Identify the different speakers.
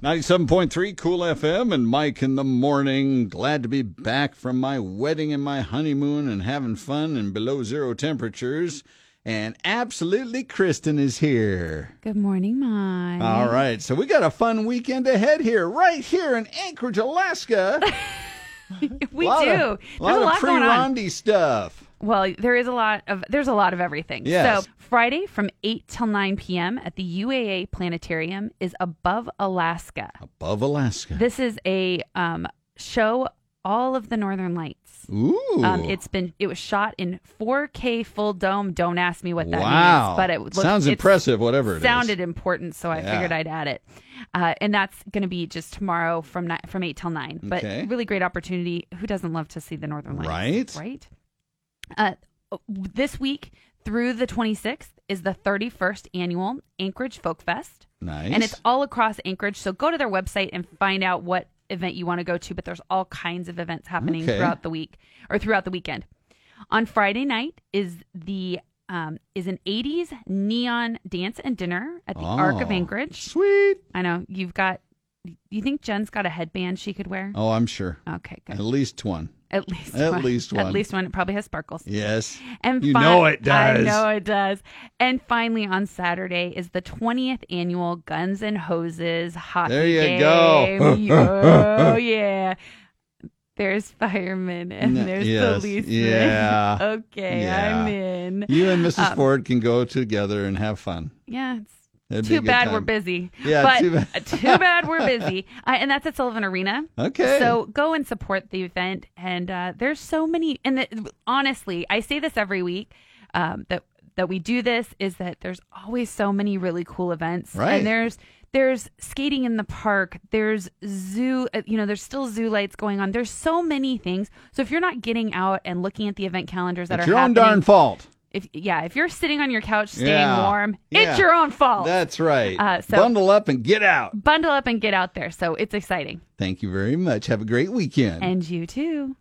Speaker 1: 97.3 Cool FM and Mike in the morning. Glad to be back from my wedding and my honeymoon and having fun in below zero temperatures. And absolutely, Kristen is here.
Speaker 2: Good morning, Mike.
Speaker 1: All right, so we got a fun weekend ahead here, right here in Anchorage, Alaska.
Speaker 2: we
Speaker 1: lot
Speaker 2: do.
Speaker 1: Of,
Speaker 2: There's
Speaker 1: lot
Speaker 2: a lot
Speaker 1: of pre
Speaker 2: going on.
Speaker 1: Rondi stuff.
Speaker 2: Well, there is a lot of there's a lot of everything.
Speaker 1: Yes.
Speaker 2: So Friday from eight till nine p.m. at the UAA Planetarium is Above Alaska.
Speaker 1: Above Alaska.
Speaker 2: This is a um, show all of the Northern Lights.
Speaker 1: Ooh.
Speaker 2: Um, it's been it was shot in 4K full dome. Don't ask me what that
Speaker 1: wow.
Speaker 2: means, but it looked,
Speaker 1: sounds
Speaker 2: it's-
Speaker 1: impressive, whatever it is.
Speaker 2: sounded important, so I
Speaker 1: Yeah.
Speaker 2: figured I'd add it. Uh, and that's going to be just tomorrow from ni- from eight till nine. But
Speaker 1: Okay.
Speaker 2: really great opportunity. Who doesn't love to see the Northern Lights?
Speaker 1: Right.
Speaker 2: Right. Uh, this week through the 26th is the 31st annual Anchorage Folk Fest,
Speaker 1: Nice.
Speaker 2: and it's all across Anchorage. So go to their website and find out what event you want to go to. But there's all kinds of events happening
Speaker 1: Okay.
Speaker 2: throughout the week or throughout the weekend. On Friday night is the um, is an 80s neon dance and dinner at the Arc of
Speaker 1: Oh,
Speaker 2: Anchorage.
Speaker 1: Sweet.
Speaker 2: I know you've got. You think Jen's got a headband she could wear?
Speaker 1: Oh, I'm sure.
Speaker 2: Okay,
Speaker 1: At
Speaker 2: good.
Speaker 1: least one.
Speaker 2: At least
Speaker 1: at
Speaker 2: one.
Speaker 1: least one.
Speaker 2: At least one. It probably has sparkles.
Speaker 1: Yes.
Speaker 2: And
Speaker 1: You
Speaker 2: fi-
Speaker 1: know it does.
Speaker 2: I know it does. And finally, on Saturday is the 20th annual Guns and Hoses hockey
Speaker 1: There you
Speaker 2: game.
Speaker 1: go.
Speaker 2: Yo, yeah. There's firemen and
Speaker 1: N-
Speaker 2: there's
Speaker 1: yes,
Speaker 2: policemen.
Speaker 1: yeah,
Speaker 2: okay,
Speaker 1: yeah.
Speaker 2: I'm in.
Speaker 1: You and Mrs.
Speaker 2: Um,
Speaker 1: Ford can go together and have fun.
Speaker 2: Yeah, it's
Speaker 1: That'd be a
Speaker 2: too
Speaker 1: good
Speaker 2: bad we're
Speaker 1: time.
Speaker 2: busy.
Speaker 1: Yeah,
Speaker 2: but
Speaker 1: too bad.
Speaker 2: too bad we're busy. Uh, and that's at Sullivan Arena.
Speaker 1: Okay.
Speaker 2: So go and support the event. And uh, there's so many. And the, honestly, I say this every week um, that that we do this is that there's always so many really cool events.
Speaker 1: Right.
Speaker 2: And there's there's skating in the park. There's zoo. uh, You know, there's still zoo lights going on. There's so many things. So if you're not getting out and looking at the event calendars that
Speaker 1: it's
Speaker 2: are
Speaker 1: your own
Speaker 2: happening,
Speaker 1: darn fault.
Speaker 2: if yeah, if you're sitting on your couch staying
Speaker 1: Yeah.
Speaker 2: warm,
Speaker 1: Yeah.
Speaker 2: it's your own fault.
Speaker 1: That's right.
Speaker 2: Uh, so-
Speaker 1: Bundle up and get out.
Speaker 2: Bundle up and get out there. So it's exciting.
Speaker 1: Thank you very much. Have a great weekend.
Speaker 2: And you too.